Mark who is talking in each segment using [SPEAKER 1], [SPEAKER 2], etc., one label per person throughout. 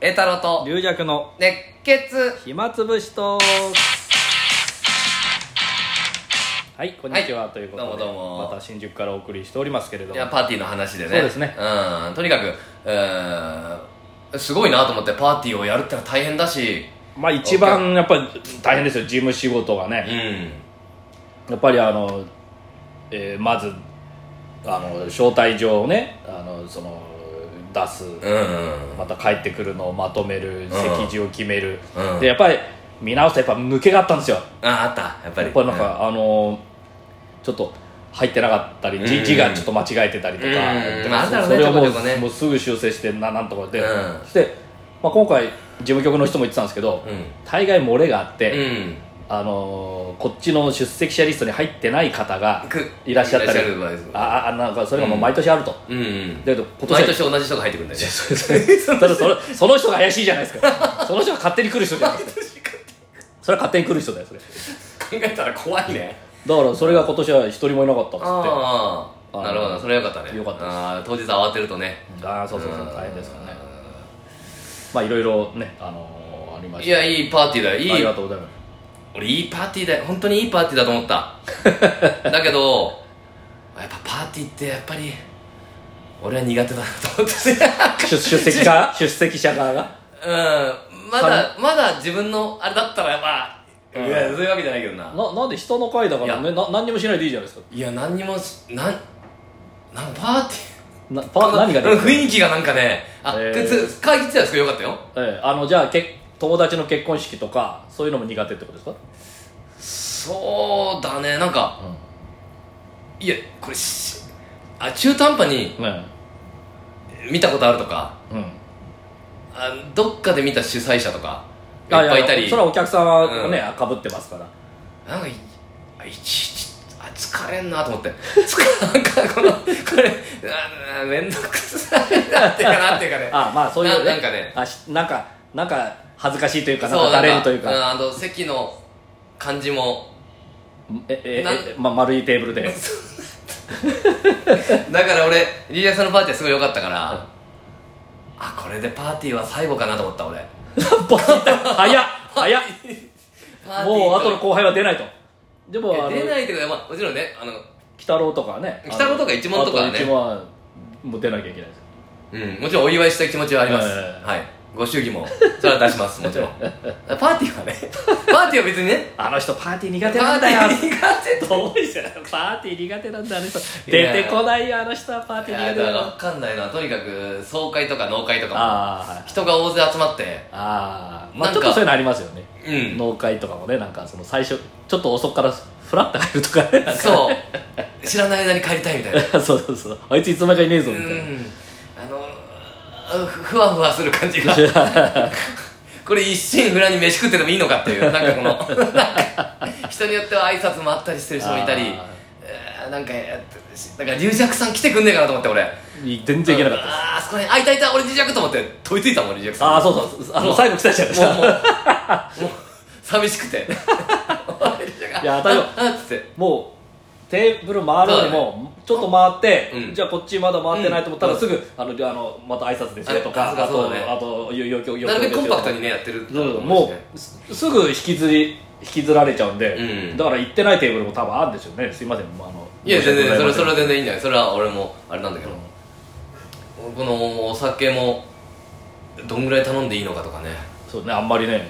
[SPEAKER 1] 栄太郎と
[SPEAKER 2] 龍弱の
[SPEAKER 1] 熱血
[SPEAKER 2] 暇つぶしとはいこんにちは、ということで
[SPEAKER 1] どうもどうも
[SPEAKER 2] また新宿からお送りしておりますけれど
[SPEAKER 1] い
[SPEAKER 2] も
[SPEAKER 1] やパーティーの話でね
[SPEAKER 2] そうですね
[SPEAKER 1] うんとにかくうーんすごいなと思ってパーティーをやるってのは大変だし
[SPEAKER 2] まあ一番やっぱり大変ですよ事務仕事が
[SPEAKER 1] う
[SPEAKER 2] ね、
[SPEAKER 1] ん
[SPEAKER 2] やっぱりあの、えーまずあの招待状をねあのその出す、
[SPEAKER 1] うん
[SPEAKER 2] また帰ってくるのをまとめる席次を決める、
[SPEAKER 1] うん
[SPEAKER 2] でやっぱり見直すとやっぱ抜けがあったんですよ
[SPEAKER 1] ああったやっぱり
[SPEAKER 2] やっぱなんか、あのーちょっと入ってなかったり
[SPEAKER 1] ん
[SPEAKER 2] 字字がちょっと間違えてたりとか、
[SPEAKER 1] うん
[SPEAKER 2] で
[SPEAKER 1] まああるだろうね
[SPEAKER 2] それをも
[SPEAKER 1] ちょこちょこね
[SPEAKER 2] うもうすぐ修正してななんとかで、
[SPEAKER 1] うん
[SPEAKER 2] そして、まあ、今回事務局の人も言ってたんですけど、
[SPEAKER 1] うん
[SPEAKER 2] 大概漏れがあっ
[SPEAKER 1] う
[SPEAKER 2] て、
[SPEAKER 1] ん
[SPEAKER 2] あのーこっちの出席者リストに入ってない方が
[SPEAKER 1] く
[SPEAKER 2] いらっしゃった
[SPEAKER 1] い
[SPEAKER 2] り
[SPEAKER 1] らっしゃる場合です
[SPEAKER 2] あああなんかそれがもう毎年あると、
[SPEAKER 1] うんうん
[SPEAKER 2] だけど今年
[SPEAKER 1] 毎
[SPEAKER 2] は
[SPEAKER 1] 年同じ人が入ってくるんだよね
[SPEAKER 2] ただそのその人が怪しいじゃないですかその人が勝手に来る人じゃないですかそれは勝手に来る人だよそれ
[SPEAKER 1] 考えたら怖いね
[SPEAKER 2] だからそれが今年は一人もいなかったっつって
[SPEAKER 1] ああ
[SPEAKER 2] あ
[SPEAKER 1] なるほどそれはよかったね
[SPEAKER 2] よかったです
[SPEAKER 1] ああ当日慌てるとね
[SPEAKER 2] ああそうそうそう大変ですからねまあいろいろねあのーありました
[SPEAKER 1] いやいいパーティーだよ
[SPEAKER 2] あ
[SPEAKER 1] い
[SPEAKER 2] り
[SPEAKER 1] い
[SPEAKER 2] がとうございます
[SPEAKER 1] 俺いいパーティーだよ本当にいいパーティーだと思った だけどやっぱパーティーってやっぱり俺は苦手だなと思ってね
[SPEAKER 2] 出出 席か出席者側が
[SPEAKER 1] うんまだまだ自分のあれだったらまあ、
[SPEAKER 2] うん
[SPEAKER 1] いやそういうわけじゃないけどな
[SPEAKER 2] ななんで人の会だから
[SPEAKER 1] い
[SPEAKER 2] ねな何にもしないでいいじゃないですか
[SPEAKER 1] いや何にもしなんなんパーテ
[SPEAKER 2] な
[SPEAKER 1] ィー
[SPEAKER 2] パ何が
[SPEAKER 1] うん
[SPEAKER 2] できる
[SPEAKER 1] 雰囲気がなんかねあ、
[SPEAKER 2] えー
[SPEAKER 1] でつ会議自体はすごいよかったよ
[SPEAKER 2] ええあのじゃあけ友達の結婚式とかそういうのも苦手ってことですか
[SPEAKER 1] そうだねなんか、いやこれしあ中途半端に
[SPEAKER 2] ね
[SPEAKER 1] 見たことあるとか
[SPEAKER 2] うんいっ
[SPEAKER 1] あどっかで見た主催者とかいっぱいいたり
[SPEAKER 2] それはお客さんはね
[SPEAKER 1] う
[SPEAKER 2] かぶってますから
[SPEAKER 1] なんかいあいちいちあ疲れんなと思って疲なんかこのこれああ面倒くさいなっていうか なんていうかね
[SPEAKER 2] あまあそういう
[SPEAKER 1] ななんかね
[SPEAKER 2] あしなんかなんか恥ずかしいというかなん
[SPEAKER 1] そ
[SPEAKER 2] か
[SPEAKER 1] うな
[SPEAKER 2] だ
[SPEAKER 1] んか
[SPEAKER 2] れるという
[SPEAKER 1] うん
[SPEAKER 2] か
[SPEAKER 1] あの席の感じも
[SPEAKER 2] ええ
[SPEAKER 1] なん
[SPEAKER 2] えまあ丸いテーブ ルで
[SPEAKER 1] だから俺リリアさんのパーティーすごい良かったからあこれでパーティーは最後かなと思った俺
[SPEAKER 2] ボキッと早っ 早
[SPEAKER 1] パ
[SPEAKER 2] っ
[SPEAKER 1] ーティー
[SPEAKER 2] もう後の後輩は出ないとでもあ
[SPEAKER 1] い
[SPEAKER 2] の
[SPEAKER 1] や出ないってことは、まあ、もちろんねあの
[SPEAKER 2] 鬼太郎とかはね
[SPEAKER 1] 鬼太郎とか一門とかはね
[SPEAKER 2] あ一門はもう出なきゃいけないです
[SPEAKER 1] うん、もちろんお祝いしたい気持ちはあります、
[SPEAKER 2] ええ
[SPEAKER 1] はいご祝儀もそれは出しますも ちろんパーティーはねパーティーは別にね
[SPEAKER 2] あの人パーティー
[SPEAKER 1] パ
[SPEAKER 2] 苦手な
[SPEAKER 1] ー
[SPEAKER 2] んだ
[SPEAKER 1] ティ
[SPEAKER 2] よ
[SPEAKER 1] ー苦手と
[SPEAKER 2] どういじゃんパーティー苦手なんだあの人
[SPEAKER 1] いや
[SPEAKER 2] 出てこないよあの人はパー
[SPEAKER 1] い
[SPEAKER 2] ティー
[SPEAKER 1] や
[SPEAKER 2] 苦手
[SPEAKER 1] だ
[SPEAKER 2] だ
[SPEAKER 1] から
[SPEAKER 2] よ
[SPEAKER 1] 分かんないなとにかく総会とか農会とか
[SPEAKER 2] あーはい
[SPEAKER 1] も人が大勢集まって
[SPEAKER 2] あーま
[SPEAKER 1] なん
[SPEAKER 2] あち
[SPEAKER 1] か
[SPEAKER 2] ょっとそういうのありますよね
[SPEAKER 1] うん
[SPEAKER 2] 農会とかもねなんかその最初ちょっと遅くからフラッと入るとかねなんか
[SPEAKER 1] そう知らない間に帰りたいみたいな
[SPEAKER 2] そうそうそうあいついつの間にかいねえぞ
[SPEAKER 1] う
[SPEAKER 2] みたいな
[SPEAKER 1] あ
[SPEAKER 2] ん
[SPEAKER 1] のあふふわふわする感じがこれ一心不乱に飯食ってでもいいのかっていうなんかこのなんか人によっては挨拶もあったりしてる人もいたり
[SPEAKER 2] あ
[SPEAKER 1] えーなんかやってしなんか龍尺さん来てくんねえかなと思って俺
[SPEAKER 2] い 全然いけなかったです
[SPEAKER 1] あーあそこにあいたいた俺龍尺と思って問いついたもん龍尺さん
[SPEAKER 2] ああーそうそうあの最後来たじゃないです
[SPEAKER 1] もうもう
[SPEAKER 2] か
[SPEAKER 1] もう寂しくて
[SPEAKER 2] いや大丈夫
[SPEAKER 1] ああっつって
[SPEAKER 2] もうテーブル回るのにもちょっと回って、
[SPEAKER 1] うん
[SPEAKER 2] じゃあこっちまだ回ってないと思った
[SPEAKER 1] う
[SPEAKER 2] ら
[SPEAKER 1] ん
[SPEAKER 2] すぐ、あのあのまた挨拶ですよと
[SPEAKER 1] あ
[SPEAKER 2] か
[SPEAKER 1] そうか
[SPEAKER 2] あ
[SPEAKER 1] そう
[SPEAKER 2] と、
[SPEAKER 1] だね
[SPEAKER 2] あとよよよよ
[SPEAKER 1] なるべくコンパクト
[SPEAKER 2] に
[SPEAKER 1] にねやってる
[SPEAKER 2] もうすすぐ引きずり引きずられちゃうんで、
[SPEAKER 1] うん
[SPEAKER 2] だから行ってないテーブルも多分あるんですよねすいませんもうあの
[SPEAKER 1] いや全然それそれは
[SPEAKER 2] で
[SPEAKER 1] 全然いいんじゃないそれは俺もあれなんだけど、このお酒もどんぐらい頼んでいいのかとかね
[SPEAKER 2] そうねあんまりね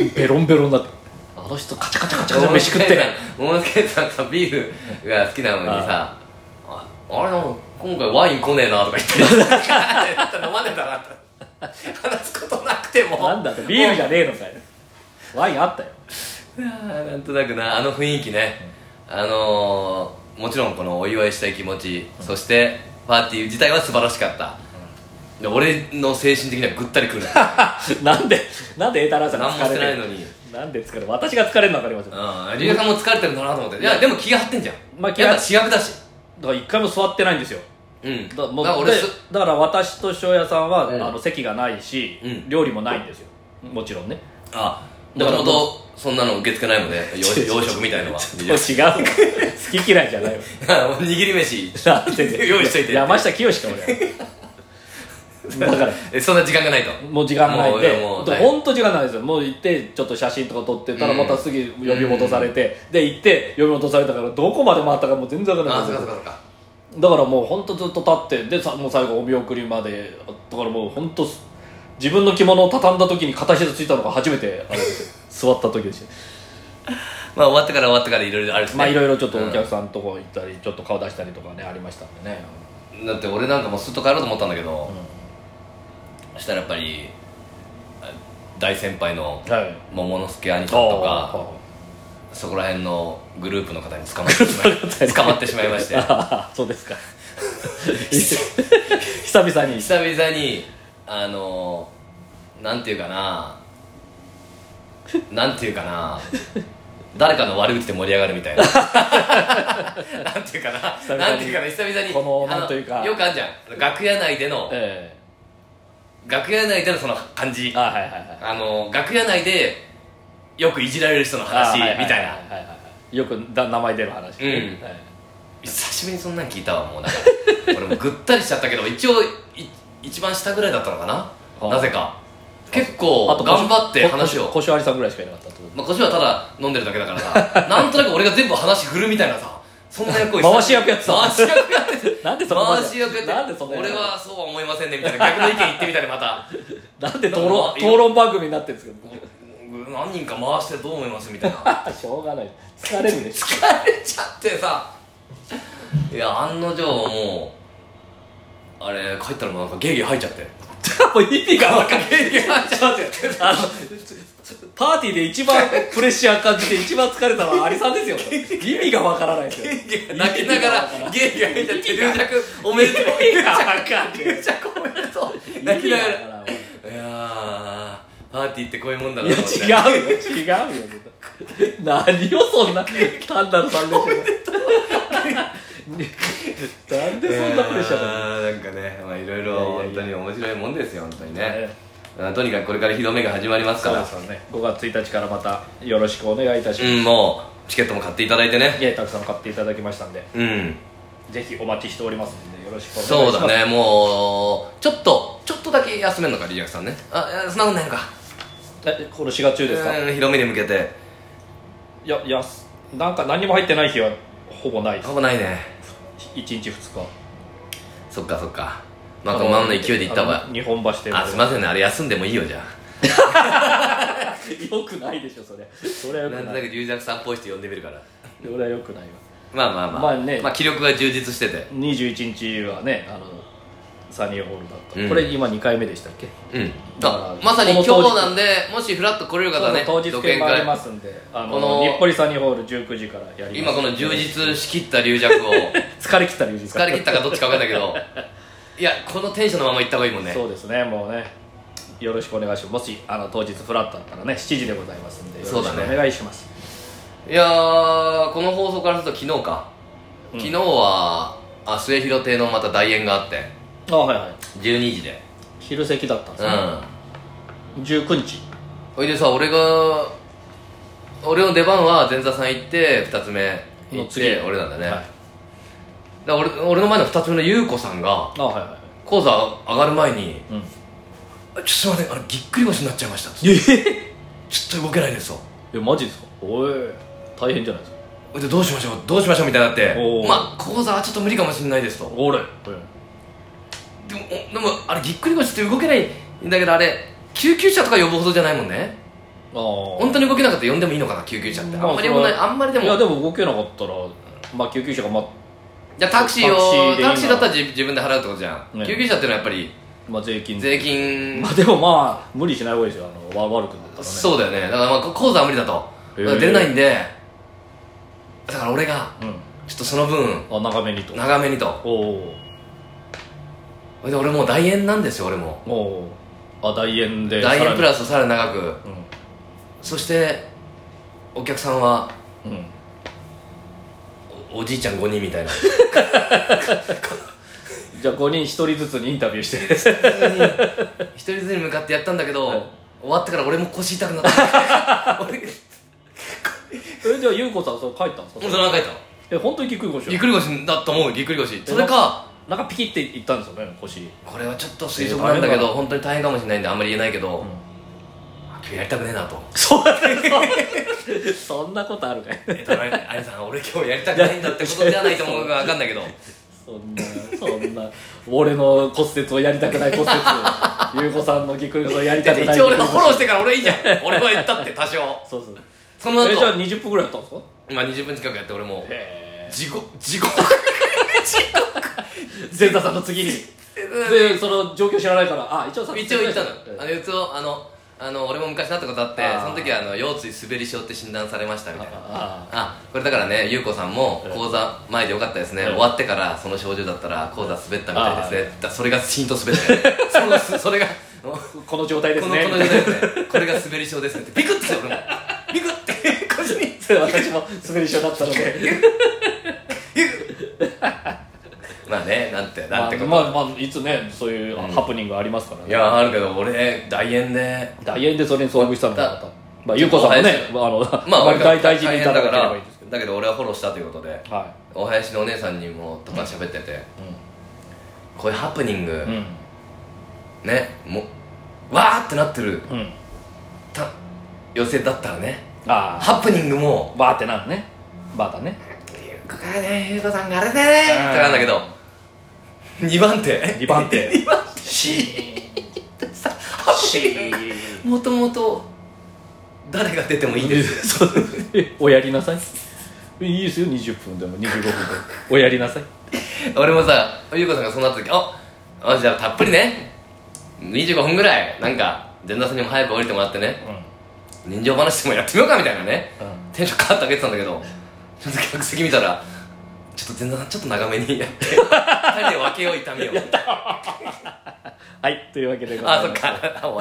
[SPEAKER 1] うん
[SPEAKER 2] ベロンベロンだってあの人カチャカチャカチャカチャ飯食って
[SPEAKER 1] 桃之助さんさビールが好きなのにさああれなんか今回ワイン来ねえなとか言って飲まねえだなって話すことなくても
[SPEAKER 2] なんだってビールじゃねえのかよワイン あったよ
[SPEAKER 1] あーなんとなくなあの雰囲気ね、あのーもちろんこのお祝いしたい気持ち、そしてパーティー自体は素晴らしかった、で俺の精神的にはぐったりく る
[SPEAKER 2] なんでなんでエータラーさん
[SPEAKER 1] 何も
[SPEAKER 2] 疲
[SPEAKER 1] して
[SPEAKER 2] れ
[SPEAKER 1] ない
[SPEAKER 2] てる
[SPEAKER 1] のに
[SPEAKER 2] なんで疲れる私が疲れるの分かりますよ
[SPEAKER 1] うんリエさんも疲れてるんだなと思っていやでも気が張ってんじゃん、
[SPEAKER 2] まあ気が
[SPEAKER 1] やっぱ主役だし
[SPEAKER 2] だから一回も座ってないんですよ
[SPEAKER 1] うんだ
[SPEAKER 2] だもう
[SPEAKER 1] から俺
[SPEAKER 2] ですだから私と庄屋さんは、
[SPEAKER 1] うん
[SPEAKER 2] あの席がないし、
[SPEAKER 1] うん
[SPEAKER 2] 料理もないんですよもちろんね
[SPEAKER 1] あもともとそんなの受け付けないの で洋食洋食みたいのは
[SPEAKER 2] 違う 好き嫌いじゃないよ
[SPEAKER 1] 握り飯
[SPEAKER 2] なんでだよ
[SPEAKER 1] 用意しといて
[SPEAKER 2] 山下清しか俺はだ から
[SPEAKER 1] えそんな時間がないと
[SPEAKER 2] もう時間がないで
[SPEAKER 1] もうもう大変
[SPEAKER 2] 本当時間ないですよもう行ってちょっと写真とか撮ってたら
[SPEAKER 1] うん
[SPEAKER 2] またすぐ呼び戻されて、で行って呼び戻されたからどこまで回ったかもう全然わから
[SPEAKER 1] あ
[SPEAKER 2] ない
[SPEAKER 1] そうかそう
[SPEAKER 2] で
[SPEAKER 1] か
[SPEAKER 2] す
[SPEAKER 1] そうか
[SPEAKER 2] だからもう本当ずっと立ってでさもう最後お見送りまでだからもう本当自分の着物を畳んだ時に片膝ついたのが初めてあれですよ座った時でした
[SPEAKER 1] まあ終わってから終わってからいろいろあるし、ね、
[SPEAKER 2] まあいろいろちょっとお客さんとこ行ったりちょっと顔出したりとかねありましたんでね
[SPEAKER 1] だって俺なんかもうすっと帰ろうと思ったんだけど、そしたらやっぱりあ大先輩の
[SPEAKER 2] はい
[SPEAKER 1] 桃之助兄さん
[SPEAKER 2] あ
[SPEAKER 1] とかそこら辺のグループの方に捕まってしまい捕まってしまいまして
[SPEAKER 2] あそうですか久々に
[SPEAKER 1] 久々にあのなんていうかななんていうかな誰かの悪口で盛り上がるみたい ななんていうか
[SPEAKER 2] 久
[SPEAKER 1] なな
[SPEAKER 2] 々に
[SPEAKER 1] んていうかな久々に
[SPEAKER 2] この
[SPEAKER 1] あ
[SPEAKER 2] なんというか
[SPEAKER 1] よくあるじゃん楽屋内での
[SPEAKER 2] え
[SPEAKER 1] 楽屋内でのその感じ
[SPEAKER 2] えあはいはいはい
[SPEAKER 1] あの楽屋内でよくいじられる人の
[SPEAKER 2] あ
[SPEAKER 1] 話
[SPEAKER 2] ーはいはいはい
[SPEAKER 1] みたいな
[SPEAKER 2] はいはいはいよくだ名前出る話
[SPEAKER 1] うん
[SPEAKER 2] はい
[SPEAKER 1] 久しぶりにそんなん聞いたわもうだから俺もうぐったりしちゃったけど一応い一番下ぐらいだったのか
[SPEAKER 2] あ
[SPEAKER 1] ななぜか結構頑張って話を
[SPEAKER 2] 小小小小有さんぐらいしかいなかったってこ
[SPEAKER 1] まあ、こっちはただ飲んでるだけだからさ なんとなく俺が全部話振るみたいなさそんな役を
[SPEAKER 2] 回し役やってた
[SPEAKER 1] 回し役やって
[SPEAKER 2] となんで そこまで
[SPEAKER 1] 回し役やって
[SPEAKER 2] なんでそこまで
[SPEAKER 1] 俺はそうは思いませんねみたいな逆の意見言ってみたりまた
[SPEAKER 2] なんで討
[SPEAKER 1] ま
[SPEAKER 2] 論
[SPEAKER 1] あ
[SPEAKER 2] 討論番組になってるんですけ
[SPEAKER 1] うん何人か回してどう思いますみたいな
[SPEAKER 2] ど しょうがない疲れるでしょ
[SPEAKER 1] 疲れちゃってさいや案の定もうあれ帰ったらもうなんかゲーゲー入っちゃって
[SPEAKER 2] もう意味が分かんない
[SPEAKER 1] ゲーゲー入っちゃって
[SPEAKER 2] あのパーティーで一番プレッシャー感じて一番疲れたのはアリさんですよ意味がわからないですよ
[SPEAKER 1] ゲーゲー泣きながらゲーゲー入っちゃって龍尺おめでとう龍尺おめでとう泣きながら
[SPEAKER 2] ら
[SPEAKER 1] いやーパーティーってこういうもんだ
[SPEAKER 2] い
[SPEAKER 1] な
[SPEAKER 2] や
[SPEAKER 1] と思って
[SPEAKER 2] 違うよ違うよ絶対何をそんな単なる3連勝なんでそんなプレッシャーだ
[SPEAKER 1] あーなんかねまあいろいろ
[SPEAKER 2] いやい
[SPEAKER 1] 本当
[SPEAKER 2] やい
[SPEAKER 1] に面白いもんですよ本当にね
[SPEAKER 2] ね
[SPEAKER 1] あとにかくこれから日の目が始まりますから
[SPEAKER 2] そうですよね5月1日からまたよろしくお願いいたし
[SPEAKER 1] う
[SPEAKER 2] ます、
[SPEAKER 1] んもうチケットも買っていただいてね
[SPEAKER 2] いやたくさん買っていただきましたんで
[SPEAKER 1] うん
[SPEAKER 2] ぜひお待ちしておりますんでよろしくお願いします
[SPEAKER 1] そうだねもうちょっとちょっとだけ休めるのかリアクさんねあいやそんなことないのか
[SPEAKER 2] えこの4月中ですか、い
[SPEAKER 1] うん日の目に向けて
[SPEAKER 2] やいやすなんか何も入ってない日はほぼないです
[SPEAKER 1] ほぼないね
[SPEAKER 2] 1日2日
[SPEAKER 1] そっかそっかまあこのままの勢いでいった方
[SPEAKER 2] あ
[SPEAKER 1] が
[SPEAKER 2] の日本橋店
[SPEAKER 1] あすいませんねあれ休んでもいいよじゃあ
[SPEAKER 2] よくないでしょそれそれはよ
[SPEAKER 1] な
[SPEAKER 2] く
[SPEAKER 1] んと
[SPEAKER 2] な
[SPEAKER 1] ないく龍尺さんっぽい人呼んでみるから
[SPEAKER 2] それはよくないわ
[SPEAKER 1] まあまあまあ、
[SPEAKER 2] まあね
[SPEAKER 1] まあ気力が充実してて
[SPEAKER 2] 21日はねあのサニーホールだった、
[SPEAKER 1] うん
[SPEAKER 2] これ今2回目でしたっけ
[SPEAKER 1] うん
[SPEAKER 2] だから
[SPEAKER 1] まさに今
[SPEAKER 2] この当日
[SPEAKER 1] 日なんでもしフラッと来れる方はね
[SPEAKER 2] そうそう当日券がありま
[SPEAKER 1] 会
[SPEAKER 2] すんであの
[SPEAKER 1] この
[SPEAKER 2] 日暮里サニーホール19時からやり
[SPEAKER 1] 今
[SPEAKER 2] ます
[SPEAKER 1] この充実しきった龍尺を
[SPEAKER 2] 疲れ切ったらいいですか
[SPEAKER 1] 疲れ切ったかどっちか分かんないけ どいやこのテンションのまま行った方がいいもんね
[SPEAKER 2] そうですねもうねよろしくお願いしますもしあの当日フラットだったらね7時でございますんでよ
[SPEAKER 1] そ
[SPEAKER 2] ろ
[SPEAKER 1] う
[SPEAKER 2] し
[SPEAKER 1] だね
[SPEAKER 2] くお願いします、
[SPEAKER 1] いやーこの放送からすると昨日か、
[SPEAKER 2] うん
[SPEAKER 1] 昨日はあ末広亭のまた大演があって
[SPEAKER 2] あはいはい
[SPEAKER 1] 12時で
[SPEAKER 2] 昼席だったんで
[SPEAKER 1] う
[SPEAKER 2] すね、
[SPEAKER 1] ん
[SPEAKER 2] 19日
[SPEAKER 1] ほいでさ俺が俺の出番は前座さん行って2つ目行
[SPEAKER 2] の
[SPEAKER 1] っ
[SPEAKER 2] 次
[SPEAKER 1] て俺なんだね、
[SPEAKER 2] はい、
[SPEAKER 1] だから俺俺の前の2つ目の優子さんが
[SPEAKER 2] あはいはいはい
[SPEAKER 1] 講座上がる前に
[SPEAKER 2] うん
[SPEAKER 1] 「あちょっとすいませんあれぎっくり腰になっちゃいました」ちょ
[SPEAKER 2] ええ
[SPEAKER 1] っと動けないですと」
[SPEAKER 2] えマジですかおい大変じゃないですか
[SPEAKER 1] ほいでどうしましょうどうしましょうみたいになって
[SPEAKER 2] おー
[SPEAKER 1] まあ講座はちょっと無理かもしれないですと
[SPEAKER 2] おれ
[SPEAKER 1] でもおでもあれぎっくり腰って動けないんだけどあれ救急車とか呼ぶほどじゃないもんね
[SPEAKER 2] ああ
[SPEAKER 1] 本当に動けなかったら呼んでもいいのかな救急車って、
[SPEAKER 2] まあ
[SPEAKER 1] あんまり呼ばない
[SPEAKER 2] それは
[SPEAKER 1] あんまりで
[SPEAKER 2] いや
[SPEAKER 1] も
[SPEAKER 2] でも動けなかったらまあ救急車がま
[SPEAKER 1] じゃあタクシー
[SPEAKER 2] タクシー
[SPEAKER 1] を
[SPEAKER 2] でいいな
[SPEAKER 1] タクシーだったら自自分で払うってことじゃん、
[SPEAKER 2] ね
[SPEAKER 1] 救急車っていうのはやっぱり
[SPEAKER 2] まあ税金
[SPEAKER 1] 税金、
[SPEAKER 2] まあでもまあ無理しない方がいいですよあのわ悪くなったらね
[SPEAKER 1] そうだよねだからまあ講座は無理だと、
[SPEAKER 2] へー
[SPEAKER 1] だから出れないんでだから俺が
[SPEAKER 2] うん
[SPEAKER 1] ちょっとその分
[SPEAKER 2] あ長めにと
[SPEAKER 1] 長めにと
[SPEAKER 2] おお
[SPEAKER 1] それで俺もう大円なんですよ俺も
[SPEAKER 2] おおあ大円で
[SPEAKER 1] 大円プラ
[SPEAKER 2] ス
[SPEAKER 1] スをさらに長くそしてお客さんは
[SPEAKER 2] うん、うん、
[SPEAKER 1] おおじいちゃん5人みたいな
[SPEAKER 2] じゃあ5人1人ずつにインタビューして
[SPEAKER 1] 一人ずつに向かってやったんだけど、
[SPEAKER 2] はい
[SPEAKER 1] 終わってから俺も腰痛くなった 俺も
[SPEAKER 2] えじゃあ優子さんそう帰ったんです
[SPEAKER 1] う
[SPEAKER 2] か
[SPEAKER 1] そのまま帰ったの
[SPEAKER 2] え本当にぎっくり腰
[SPEAKER 1] ぎっ
[SPEAKER 2] だ
[SPEAKER 1] くり腰だと思うぎっくり腰それか
[SPEAKER 2] なんかピキっていったんですよね 腰
[SPEAKER 1] これはちょっと推測なんだけど
[SPEAKER 2] えー
[SPEAKER 1] 本当に大変かもしれないんであんまり言えないけど、
[SPEAKER 2] ん
[SPEAKER 1] あ今日やりたくねえなと
[SPEAKER 2] そうだねそんなことあるかい
[SPEAKER 1] えっとあれあれさん俺今日やりたくないんだってことじゃないと思うか分かんないけど
[SPEAKER 2] そんなそんな俺の骨折をやりたくない骨折ゆうこさんのぎくり腰をやりたくない
[SPEAKER 1] 一応俺がフォローしてから俺いいじゃん俺は言ったって多少
[SPEAKER 2] そうそう
[SPEAKER 1] その
[SPEAKER 2] えじゃあ
[SPEAKER 1] 後
[SPEAKER 2] 20分ぐらいやったんですか
[SPEAKER 1] 今20分近くやって俺もう
[SPEAKER 2] へ
[SPEAKER 1] 地獄地獄
[SPEAKER 2] え善太さんの次にでその状況知らないからあ一応さ
[SPEAKER 1] 一応言ったの あの
[SPEAKER 2] え
[SPEAKER 1] 一応あのあの俺も昔なったことあって
[SPEAKER 2] あー
[SPEAKER 1] その時はあの腰椎滑り症って診断されましたみたいな
[SPEAKER 2] あ
[SPEAKER 1] あこれだからねゆうこさんも講座前でよかったですね、
[SPEAKER 2] ええ
[SPEAKER 1] 終わってからその症状だったら講座滑ったみたいですね
[SPEAKER 2] あ
[SPEAKER 1] だそれがシーンと滑ったよね そのそれがもう
[SPEAKER 2] この状態です
[SPEAKER 1] このこの
[SPEAKER 2] ね
[SPEAKER 1] 状態ですねこれが滑り症ですねってビクッてした俺もビクッて腰に
[SPEAKER 2] それ私も滑り症だったので
[SPEAKER 1] まあねなんて
[SPEAKER 2] ま
[SPEAKER 1] なん
[SPEAKER 2] あ
[SPEAKER 1] てこと、
[SPEAKER 2] まあ、まあ、いつねそういうハプニングありますから
[SPEAKER 1] い
[SPEAKER 2] ね
[SPEAKER 1] やあるけど俺大円で
[SPEAKER 2] 大変でそれに遭遇したのかなと
[SPEAKER 1] だ
[SPEAKER 2] まあゆうこさんもね
[SPEAKER 1] ちょっ
[SPEAKER 2] まああの
[SPEAKER 1] まあ
[SPEAKER 2] まあ
[SPEAKER 1] 割と
[SPEAKER 2] 大大
[SPEAKER 1] 大
[SPEAKER 2] 事にい
[SPEAKER 1] 変
[SPEAKER 2] た
[SPEAKER 1] だか
[SPEAKER 2] だければ
[SPEAKER 1] ら
[SPEAKER 2] いいですけど
[SPEAKER 1] だけど俺はフォローしたということで
[SPEAKER 2] は
[SPEAKER 1] お囃子のお姉さんにもとか喋ってて、こういうハプニング、
[SPEAKER 2] いうん
[SPEAKER 1] ねもうわーってなってる
[SPEAKER 2] うん
[SPEAKER 1] た寄せだったらね
[SPEAKER 2] ああ
[SPEAKER 1] ハプニングも
[SPEAKER 2] バーってなるねバーだね
[SPEAKER 1] 「ゆうこがねゆうこさんがあれだね」ってなんだけど2番手
[SPEAKER 2] 2番手
[SPEAKER 1] 二番
[SPEAKER 2] シ
[SPEAKER 1] ハプニン
[SPEAKER 2] ー
[SPEAKER 1] グもともと誰が出てもいいです
[SPEAKER 2] え おやりなさいいいですよ20分でも25分でもおやりなさい
[SPEAKER 1] 俺もさゆうこさんがそうなった時ああじゃあたっぷりね25分ぐらいなんか前座さんにも早く降りてもらってね人情話でもやってみようかみたいなね
[SPEAKER 2] う
[SPEAKER 1] テンションカーッと上げてたんだけどちょっと客席見たらちょっと前座さんちょっと長めにやって 二人で分けよう痛みを
[SPEAKER 2] はいというわけでござい
[SPEAKER 1] あ
[SPEAKER 2] ます
[SPEAKER 1] そっか